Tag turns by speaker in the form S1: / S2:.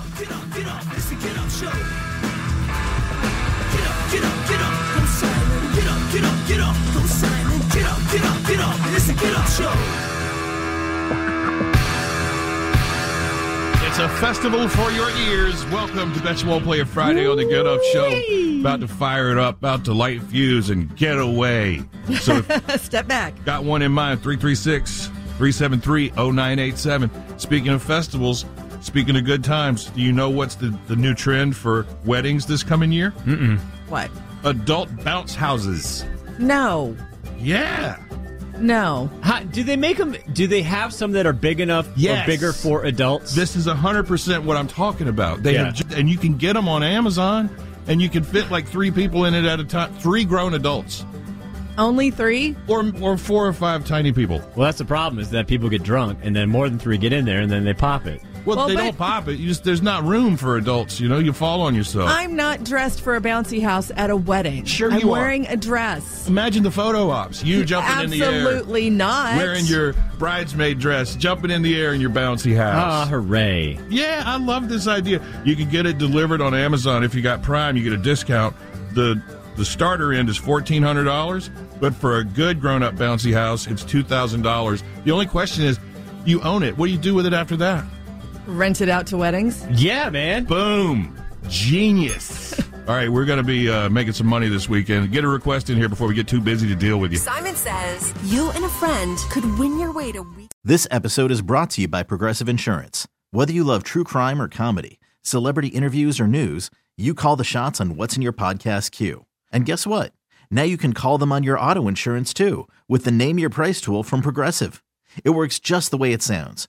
S1: get up, it's the get up show. Get up, get up, get up, come Simon. Get up, get up, get up, come Simon. Get up, get up, get up, it's the get up show.
S2: It's a festival for your ears. Welcome to Best Wall Player Friday on the Get Up Show. About to fire it up, about to light fuse and get away. So if you've
S3: Step back.
S2: got one in mind, 336 373 0987. Speaking of festivals, speaking of good times, do you know what's the, the new trend for weddings this coming year?
S3: What?
S2: Adult bounce houses.
S3: No.
S2: Yeah.
S3: No.
S4: How, do they make them? Do they have some that are big enough
S2: Yes.
S4: or bigger for adults?
S2: This is 100% what I'm talking about. They have
S4: Yeah.
S2: have, and you can get them on Amazon, and you can fit like three people in it at a time, three grown adults,
S3: Only three?
S2: or or four or five tiny people.
S4: well, that's the problem is that people get drunk and then more than three get in there and then they pop it.
S2: Well,
S3: Well,
S2: they
S3: but-
S2: don't pop it. You just there's not room for adults. You know, you fall on yourself.
S3: I'm not dressed for a bouncy house at a wedding.
S2: Oh. Sure
S3: I'm
S2: you are.
S3: wearing a dress.
S2: Imagine the photo ops. You jumping in the air,
S3: Absolutely not.
S2: wearing your bridesmaid dress, jumping in the air in your bouncy house.
S4: Ah,
S3: Uh-huh.
S4: hooray!
S2: Yeah, I love this idea. You can get it delivered on Amazon if you got Prime. You get a discount. the The starter end is fourteen hundred dollars, but for a good grown up bouncy house, it's two thousand dollars. The only question is, you own it. What do you do with it after that?
S3: rent it out to weddings.
S4: Yeah, man.
S2: Boom, genius. All right, we're going to be uh, making some money this weekend. Get a request in here before we get too busy to deal with you.
S5: Simon says you and a friend could win your way to week.
S6: This episode is brought to you by Progressive Insurance. Whether you love true crime or comedy, celebrity interviews or news, you call the shots on what's in your podcast queue. And guess what? Now you can call them on your auto insurance too with the Name Your Price tool from Progressive. It works just the way it sounds.